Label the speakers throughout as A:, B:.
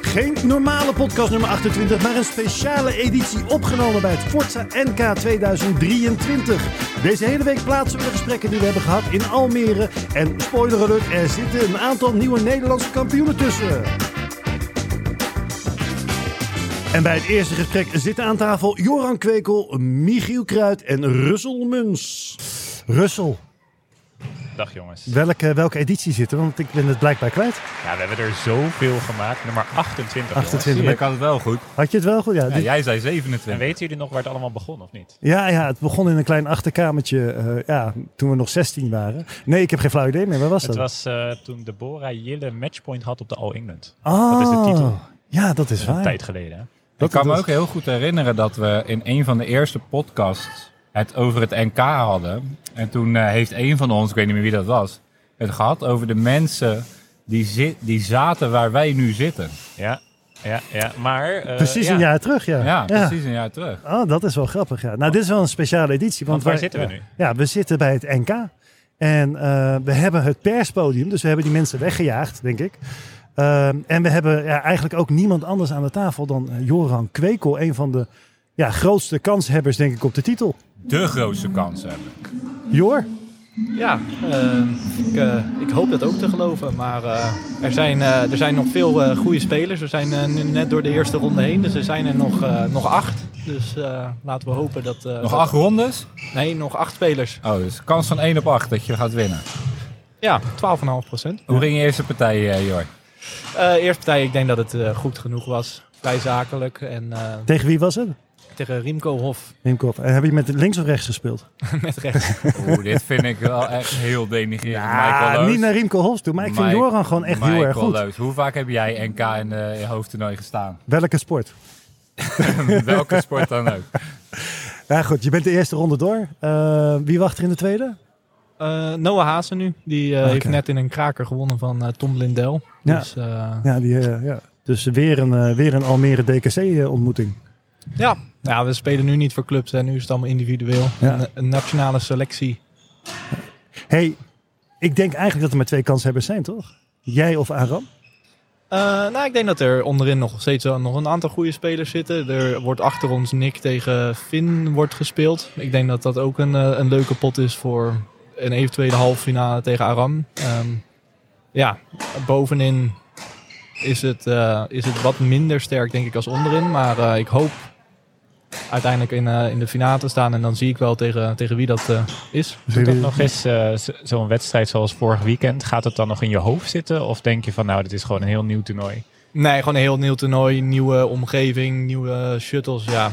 A: Geen normale podcast nummer 28, maar een speciale editie opgenomen bij het Forza NK 2023. Deze hele week plaatsen we de gesprekken die we hebben gehad in Almere. En spoiler alert, er zitten een aantal nieuwe Nederlandse kampioenen tussen. En bij het eerste gesprek zitten aan tafel Joran Kwekel, Michiel Kruid en Russel Muns. Russel,
B: Dag jongens.
A: welke, welke editie zitten? Want ik ben het blijkbaar kwijt.
B: Ja, we hebben er zoveel gemaakt. Nummer
A: 28.
B: 28. jongens.
A: Zie je, ik
C: had het wel goed.
A: Had je het wel goed? Ja, dit-
C: jij zei
B: En
C: 27.
B: weten jullie nog waar het allemaal begon of niet?
A: Ja, ja, het begon in een klein achterkamertje eh, ja, toen we nog 16 waren. Nee, ik heb geen flauw idee meer. Waar was
B: Het
A: dat?
B: was eh, toen Deborah Jille matchpoint had op de All England.
A: oh,
B: dat is de titel.
A: Ja, dat is
B: Een
A: waar.
B: tijd eh, geleden. hè?
A: Dat
C: ik kan me
A: was-
C: ook heel goed herinneren dat we in een van de eerste podcasts het over het NK hadden. En toen eh, heeft een van ons, ik weet niet meer wie dat was, het gehad over de mensen die, zi- die zaten waar wij nu zitten.
B: Ja, ja, ja. Maar... eh,
A: Precies
B: ja.
A: een jaar terug, ja.
C: Ja, precies een jaar terug.
A: Oh, dat is wel grappig, ja. Nou, dit is wel een speciale editie. Want,
B: Want waar
A: wij-
B: zitten we nu?
A: Ja, we zitten bij het NK. En eh, we hebben het perspodium, dus we hebben die mensen weggejaagd, denk ik. Ehm, en we hebben ja, eigenlijk ook niemand anders aan de tafel dan eh, Joran Kwekel. Een van de ja, grootste kanshebbers, denk ik, op de titel.
C: De grootste kans hebben.
A: Jor?
D: Ja, eh, ik, eh, ik hoop dat ook te geloven. Maar eh, er, zijn, eh, er zijn nog veel eh, goede spelers. We zijn eh, nu net door de eerste ronde heen. Dus er zijn er nog, eh, nog acht. Dus eh, laten we hopen dat... eh,
C: Nog
D: dat-
C: acht rondes?
D: Nee, nog acht spelers.
C: Oh, dus kans van 1 op 8 dat je gaat winnen.
D: Ja, 12,5 procent.
C: Hoe ging je eerste partij, eh, Jor?
D: eerste partij, ik denk dat het eh, goed genoeg was. Vrij zakelijk. En eh,
A: Tegen wie was het?
D: tegen Riemco Hof
A: Nimkov. En eh, heb je met links of rechts gespeeld?
D: met rechts.
C: Oeh, dit vind ik wel echt heel denigrerend, Michael
A: Ah,
C: Loos.
A: niet naar Riemke Hofs toe, maar ik vind
C: Mike-
A: Joran gewoon echt heel
C: Michael
A: erg goed.
C: Loos, hoe vaak heb jij NK in de hoofdtoernooi gestaan?
A: Welke sport?
C: Welke sport dan ook.
A: Ja goed, je bent de eerste ronde door. Eh, wie wacht er in de tweede?
D: Eh, Noah Hazen nu. Die eh, heeft
A: Oké.
D: net in een kraker gewonnen van eh, Tom Lindel.
A: Ja.
D: Dus eh,
A: Ja, die, eh, ja. Dus weer een, eh, weer een Almere eh, DKC-ontmoeting.
D: Ja. ja, we spelen nu niet voor clubs en nu is het allemaal individueel.
A: Ja.
D: Een, een nationale selectie.
A: hey, ik denk eigenlijk dat er maar twee kanshebbers zijn, toch? Jij of Aram?
D: Eh, nou, ik denk dat er onderin nog steeds wel nog een aantal goede spelers zitten. Er wordt achter ons Nick tegen Finn wordt gespeeld. Ik denk dat dat ook een, eh, een leuke pot is voor een eventuele halve finale tegen Aram. Ehm, ja, bovenin is het, eh, is het wat minder sterk denk ik als onderin. Maar eh, ik hoop uiteindelijk in, eh, in de finale te staan. En dan zie ik wel tegen, tegen wie dat eh, is.
B: Doet dat nog eens eh, z- zo'n wedstrijd zoals vorig weekend? Gaat het dan nog in je hoofd zitten? Of denk je van nou, dit is gewoon een heel nieuw toernooi?
D: Nee, gewoon een heel nieuw toernooi, nieuwe omgeving, nieuwe shuttles. Ja.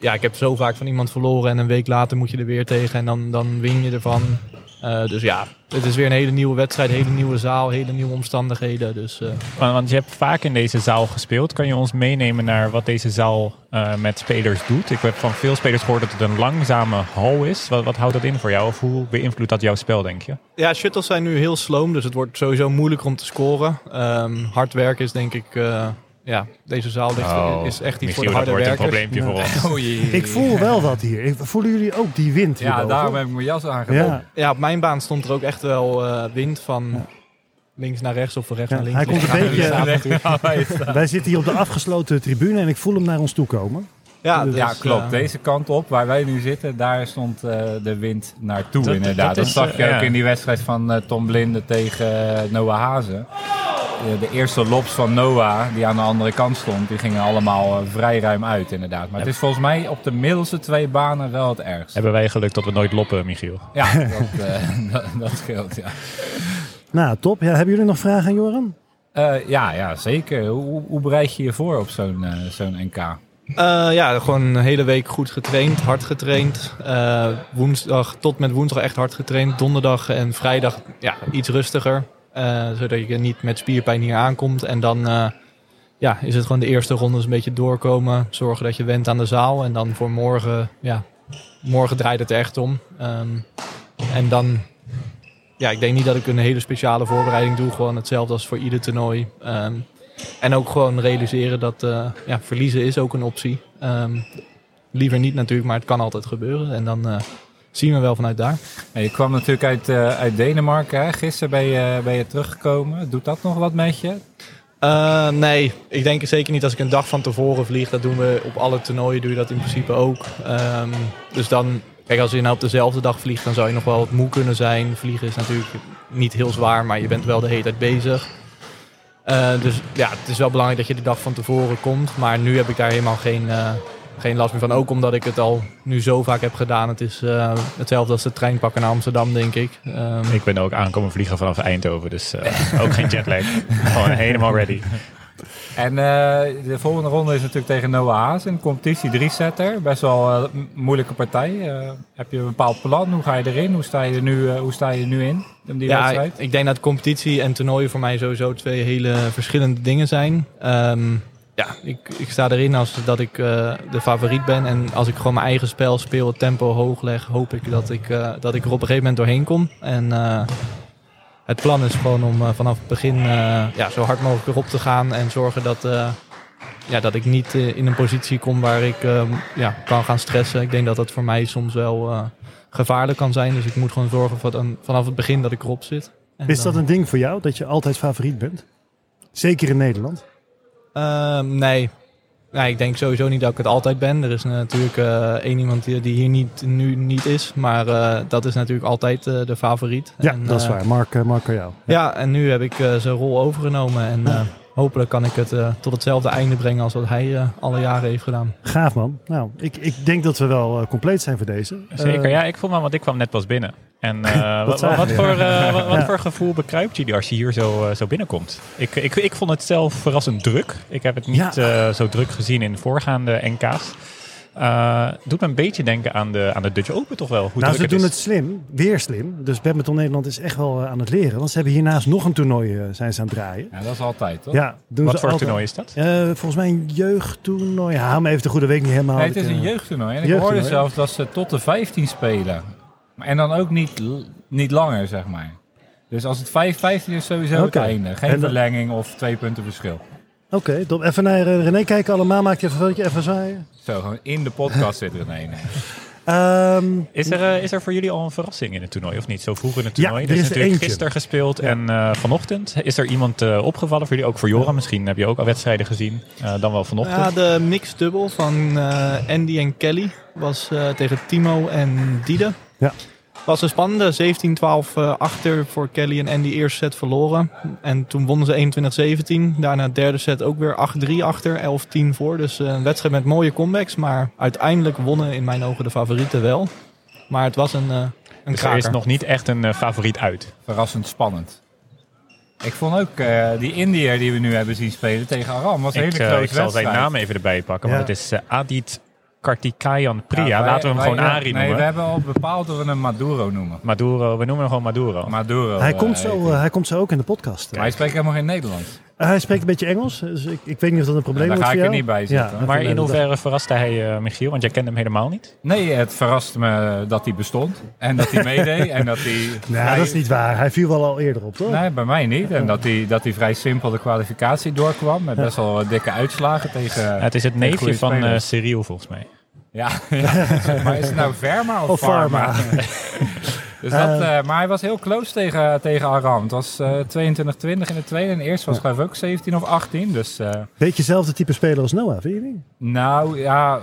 D: ja, ik heb zo vaak van iemand verloren en een week later moet je er weer tegen en dan, dan win je ervan. Eh, dus ja, het is weer een hele nieuwe wedstrijd, hele nieuwe zaal, hele nieuwe omstandigheden. Dus eh,
B: Want, want je hebt vaak in deze zaal gespeeld. Kan je ons meenemen naar wat deze zaal eh, met spelers doet? Ik heb van veel spelers gehoord dat het een langzame hal is. Wat, wat houdt dat in voor jou? Of hoe beïnvloedt dat jouw spel, denk je?
D: Ja, shuttles zijn nu heel sloom, dus het wordt sowieso moeilijker om te scoren. Ehm, hard werken is denk ik, eh, ja, deze zaal ligt- is echt iets voor de
B: Oh, dat
D: harde
B: wordt een
D: werkers.
B: probleempje voor ons.
A: Ik voel wel wat hier. Ik- Voelen jullie ook die wind
C: Ja,
A: hierboven?
C: daarom heb ik mijn jas aangedaan.
A: Ja,
D: Ja, op mijn baan stond er ook echt wel eh, wind van links naar rechts of van rechts
A: Ja,
D: naar links.
A: hij komt
D: links
A: een
D: naar
C: dus
A: beetje-
D: rechts.
A: wij zitten hier op de afgesloten tribune en ik voel hem naar ons toe komen.
D: Ja, dus,
C: Ja, klopt.
D: eh,
C: Deze kant op, waar wij nu zitten, daar stond eh, de wind naartoe
B: Dat-
C: inderdaad.
B: dat
C: Dat,
B: is,
C: zag je
B: eh, ja.
C: ook in die wedstrijd van eh, Tom Blinde tegen eh, Noah Hazen. Eh, de eerste lobs van Noah, die aan de andere kant stond, die gingen allemaal eh, vrij ruim uit inderdaad. Maar het is volgens mij op de middelste twee banen wel het ergst.
B: Hebben wij geluk dat we nooit loppen, Michiel?
C: Ja, dat, eh, dat, dat scheelt, ja.
A: Nou, top. Ja, hebben jullie nog vragen aan Joran?
C: Eh, ja, ja, zeker. Hoe, hoe bereid je je voor op zo'n eh, zo'n NK?
D: Eh, ja, gewoon een hele week goed getraind, hard getraind. Eh, woensdag tot met woensdag echt hard getraind. Donderdag en vrijdag ja, iets rustiger. eh, zodat je niet met spierpijn hier aankomt. En dan eh, ja, is het gewoon de eerste rondes een beetje doorkomen. Zorgen dat je went aan de zaal. En dan voor morgen, ja, morgen draait het er echt om. Ehm, en dan, ja, ik denk niet dat ik een hele speciale voorbereiding doe. Gewoon hetzelfde als voor ieder toernooi. Ehm, en ook gewoon realiseren dat eh, ja, verliezen is ook een optie. Ehm, liever niet natuurlijk, maar het kan altijd gebeuren. En dan eh, zien we wel vanuit daar.
C: En je kwam natuurlijk uit, eh, uit Denemarken. Hè? Gisteren ben je, ben je teruggekomen. Doet dat nog wat met je?
D: Eh, nee, ik denk zeker niet als ik een dag van tevoren vlieg. Dat doen we op alle toernooien, doe je dat in principe ook. Ehm, dus dan, kijk, als je nou op dezelfde dag vliegt, dan zou je nog wel wat moe kunnen zijn. Vliegen is natuurlijk niet heel zwaar, maar je bent wel de hele tijd bezig. Eh, dus ja, het is wel belangrijk dat je de dag van tevoren komt. Maar nu heb ik daar helemaal geen, eh, geen last meer van. Ook omdat ik het al nu zo vaak heb gedaan. Het is eh, hetzelfde als de trein pakken naar Amsterdam, denk ik. Ehm,
B: Ik ben ook aankomen vliegen vanaf Eindhoven, dus eh, ook geen jetlag. Gewoon helemaal ready.
C: En eh, de volgende ronde is natuurlijk tegen Noah Haas in competitie 3-setter. Best wel eh, een moeilijke partij. Eh, heb je een bepaald plan? Hoe ga je erin? Hoe sta je er nu, eh, hoe sta je er nu in? in die
D: ja,
C: wedstrijd?
D: ik- ik denk dat competitie en toernooien voor mij sowieso twee hele verschillende dingen zijn. Ehm, ja, ik, ik sta erin als dat ik eh, de favoriet ben. En als ik gewoon mijn eigen spel speel, het tempo hoog leg, hoop ik dat ik, eh, dat ik er op een gegeven moment doorheen kom. En eh, het plan is gewoon om eh, vanaf het begin eh, ja, zo hard mogelijk erop te gaan en zorgen dat, eh, ja, dat ik niet eh, in een positie kom waar ik eh, ja, kan gaan stressen. Ik denk dat dat voor mij soms wel eh, gevaarlijk kan zijn. Dus ik moet gewoon zorgen van, vanaf het begin dat ik erop zit. En
A: Is
D: dan-
A: dat een ding voor jou, dat je altijd favoriet bent? Zeker in Nederland.
D: Ehm, nee. nee, ik denk sowieso niet dat ik het altijd ben. Er is natuurlijk eh, één iemand die, die hier niet, nu niet is. Maar eh, dat is natuurlijk altijd eh, de favoriet.
A: Ja,
D: En,
A: dat is
D: eh,
A: waar. Mark, eh, Mark jou.
D: Ja, en nu heb ik eh, zijn rol overgenomen. En eh, hopelijk kan ik het eh, tot hetzelfde einde brengen als wat hij eh, alle jaren heeft gedaan.
A: Gaaf man. Nou, ik, ik denk dat we wel eh, compleet zijn voor deze.
B: Zeker,
A: Eh,
B: ja, ik voel me, want ik kwam net pas binnen. En eh, wat, wat,
A: zagen we.
B: voor, eh, wat, wat
A: Ja.
B: voor gevoel bekruipt jullie als je hier zo, eh, zo binnenkomt? Ik, ik, ik vond het zelf verrassend druk. Ik heb het niet eh, zo druk gezien in voorgaande NK's. Eh doet me een beetje denken aan de, aan de Dutch Open toch wel? Hoe
A: nou,
B: druk
A: ze doen
B: is.
A: het slim, weer slim. Dus Badminton Nederland is echt wel eh, aan het leren. Want ze hebben hiernaast nog een toernooi eh, zijn ze aan het draaien.
C: Ja, dat is altijd, toch?
A: Ja, doen
B: Wat
A: ze
B: voor
A: altijd.
B: toernooi is dat?
A: Eh, volgens mij een jeugdtoernooi. Ja, maar even de goede week niet helemaal.
C: Nee, het is
A: Ik, eh,
C: een jeugdtoernooi. En ik
A: jeugdtoernooi.
C: hoorde zelfs dat ze tot de 15 spelen. En dan ook niet, l- niet langer, zeg maar. Dus als het 5-15 is, sowieso
A: Oké.
C: het einde.
A: En
C: Geen
A: dan-
C: verlenging of twee punten verschil.
A: Oké, top. even naar eh, René kijken allemaal. Maak je even een fotootje, even zwaaien.
C: Zo, gewoon in de podcast zit er een ene.
A: Ehm,
B: Is er, eh, is er voor jullie al een verrassing in het toernooi of niet? Zo vroeg in het toernooi.
A: Ja,
B: er
A: er
B: is,
A: is er
B: natuurlijk
A: eentje.
B: gisteren gespeeld en eh, vanochtend. Is er iemand eh, opgevallen voor jullie? Ook voor Joran misschien. Heb je ook al wedstrijden gezien? Eh, dan wel vanochtend.
D: Ja, de mixed dubbel van eh, Andy en Kelly was eh, tegen Timo en Diede.
A: Ja.
D: Was een spannende 17-12 eh, achter voor Kelly en Andy. Eerste set verloren. En toen wonnen ze 21-17. Daarna derde set ook weer 8-3 achter, 11-10 voor. Dus eh, een wedstrijd met mooie comebacks. Maar uiteindelijk wonnen in mijn ogen de favorieten wel. Maar het was een, eh een
B: dus er
D: kraker.
B: is nog niet echt een eh, favoriet uit.
C: Verrassend spannend. Ik vond ook eh, die Indiër die we nu hebben zien spelen tegen Aram. was een
B: Ik,
C: hele
B: eh,
C: grote
B: ik zal
C: wedstrijd.
B: zijn naam even erbij pakken, want
A: Ja.
B: het is eh, Adit Kartikayan Priya.
C: Ja, Nou, wij-
B: Laten we hem
C: wij-
B: gewoon Ari
C: nee,
B: noemen.
C: we hebben al bepaald dat we hem Maduro noemen.
B: Maduro, we noemen hem gewoon Maduro.
C: Maduro.
A: hij,
C: eh,
A: komt
C: heet
A: zo,
C: hij.
A: eh, hij komt zo ook in de podcast.
C: Maar hij spreekt helemaal geen Nederlands.
A: Eh, hij spreekt een beetje Engels, dus ik, ik weet niet of dat een probleem
C: Ja, daar
A: wordt
C: ga
A: voor
C: ik er
A: jou.
C: niet bij zitten.
A: dat-
B: maar
A: nee,
B: in
A: dat-
B: hoeverre verraste hij eh, Michiel? Want jij kent hem helemaal niet.
C: Nee, het verraste me dat hij bestond. En dat hij meedeed. en dat hij...
A: Nou,
C: vrij-
A: dat is niet waar. Hij viel wel al eerder op, toch?
C: Nee, bij mij niet. En dat hij, dat hij vrij simpel de kwalificatie doorkwam. Met best wel eh, dikke uitslagen tegen...
B: het is het
C: goede
B: neefje van eh
C: spelers.
B: Cyril volgens mij.
C: Ja, ja. maar is het nou Verma of,
A: Of Pharma.
C: Dus dat, eh, maar hij was heel close tegen, tegen Aram. Het was eh 22-20 in de tweede. En de eerste was geloof ik ook 17 of 18. Dus eh,
A: Beetje hetzelfde type speler als Noah, vind je niet?
C: nou ja,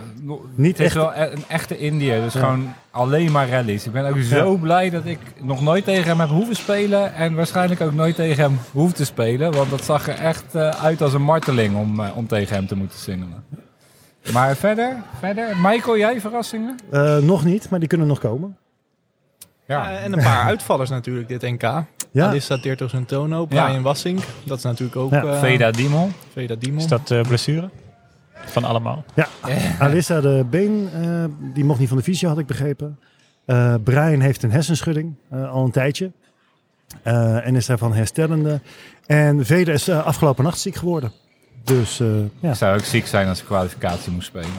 A: Niet
C: het is
A: echt-
C: wel e- een echte Indiër. Dus
A: Ja.
C: gewoon alleen maar rallies. Ik ben ook zo blij dat ik nog nooit tegen hem heb hoeven spelen. En waarschijnlijk ook nooit tegen hem hoef te spelen. Want dat zag er echt eh, uit als een marteling om, eh, om tegen hem te moeten singelen. Maar verder, verder. Michael, jij verrassingen?
A: Eh, nog niet, maar die kunnen nog komen.
D: Ja, en een paar uitvallers natuurlijk, dit NK.
A: Ja,
D: Alissa Tirtos en Tono,
C: Ja.
D: Brian Wassink. Dat is natuurlijk ook
A: Ja.
D: eh,
C: Veda Diemel.
D: Veda Diemel.
B: Is dat eh, blessure? Van allemaal?
A: ja. Alissa de Been, eh, die mocht niet van de visio, had ik begrepen. Eh, Brian heeft een hersenschudding, eh, al een tijdje. Eh, en is daarvan herstellende. En Veder is eh, afgelopen nacht ziek geworden. Dus eh, ja.
C: Ik zou ook ziek zijn als ze kwalificatie moest spelen.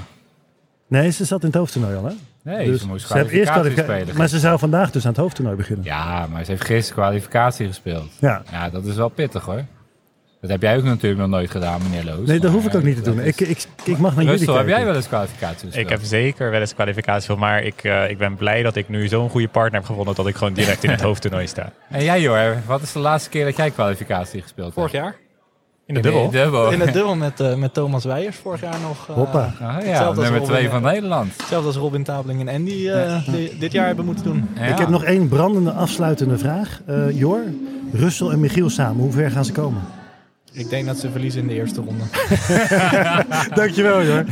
A: Nee, ze zat in het hoofdtoernooi al, hè?
C: Nee,
A: Dus
C: ze moest
A: heeft eerst
C: kwalificatie
A: kwalifica-
C: spelen.
A: Maar ze zou vandaag dus aan het hoofdtoernooi beginnen.
C: Ja, maar ze heeft gisteren kwalificatie gespeeld.
A: Ja.
C: Ja, dat is wel pittig hoor. Dat heb jij ook natuurlijk nog nooit gedaan, meneer Loos.
A: Nee, dat
C: Maar,
A: hoef ik
C: eh,
A: ook niet te
C: dat
A: doen.
C: is-
A: Ik, ik, ik mag naar jullie
C: Rustel, heb
A: kijken.
C: jij wel eens kwalificaties?
B: Ik
C: gespeeld?
B: heb zeker wel eens kwalificatie voor, maar ik, eh, ik ben blij dat ik nu zo'n goede partner heb gevonden dat ik gewoon direct in het hoofdtoernooi sta.
C: En jij, Jor, wat is de laatste keer dat jij kwalificatie gespeeld
D: Vorig
C: hebt?
D: jaar?
B: In de dubbel.
C: Nee, dubbel.
D: In het dubbel met, eh, met Thomas Weijers vorig jaar nog. eh,
A: Hoppa.
C: Ah, ja,
D: Hetzelfde als
C: nummer
D: Robin,
C: twee
D: eh,
C: van Nederland.
D: Hetzelfde als Robin Tabeling en Andy eh, die dit jaar hebben moeten doen.
C: Ja.
A: Ik heb nog één brandende afsluitende vraag. Eh, Jor, Russel en Michiel samen, hoe ver gaan ze komen?
D: Ik denk dat ze verliezen in de eerste ronde.
A: Dankjewel, Jor.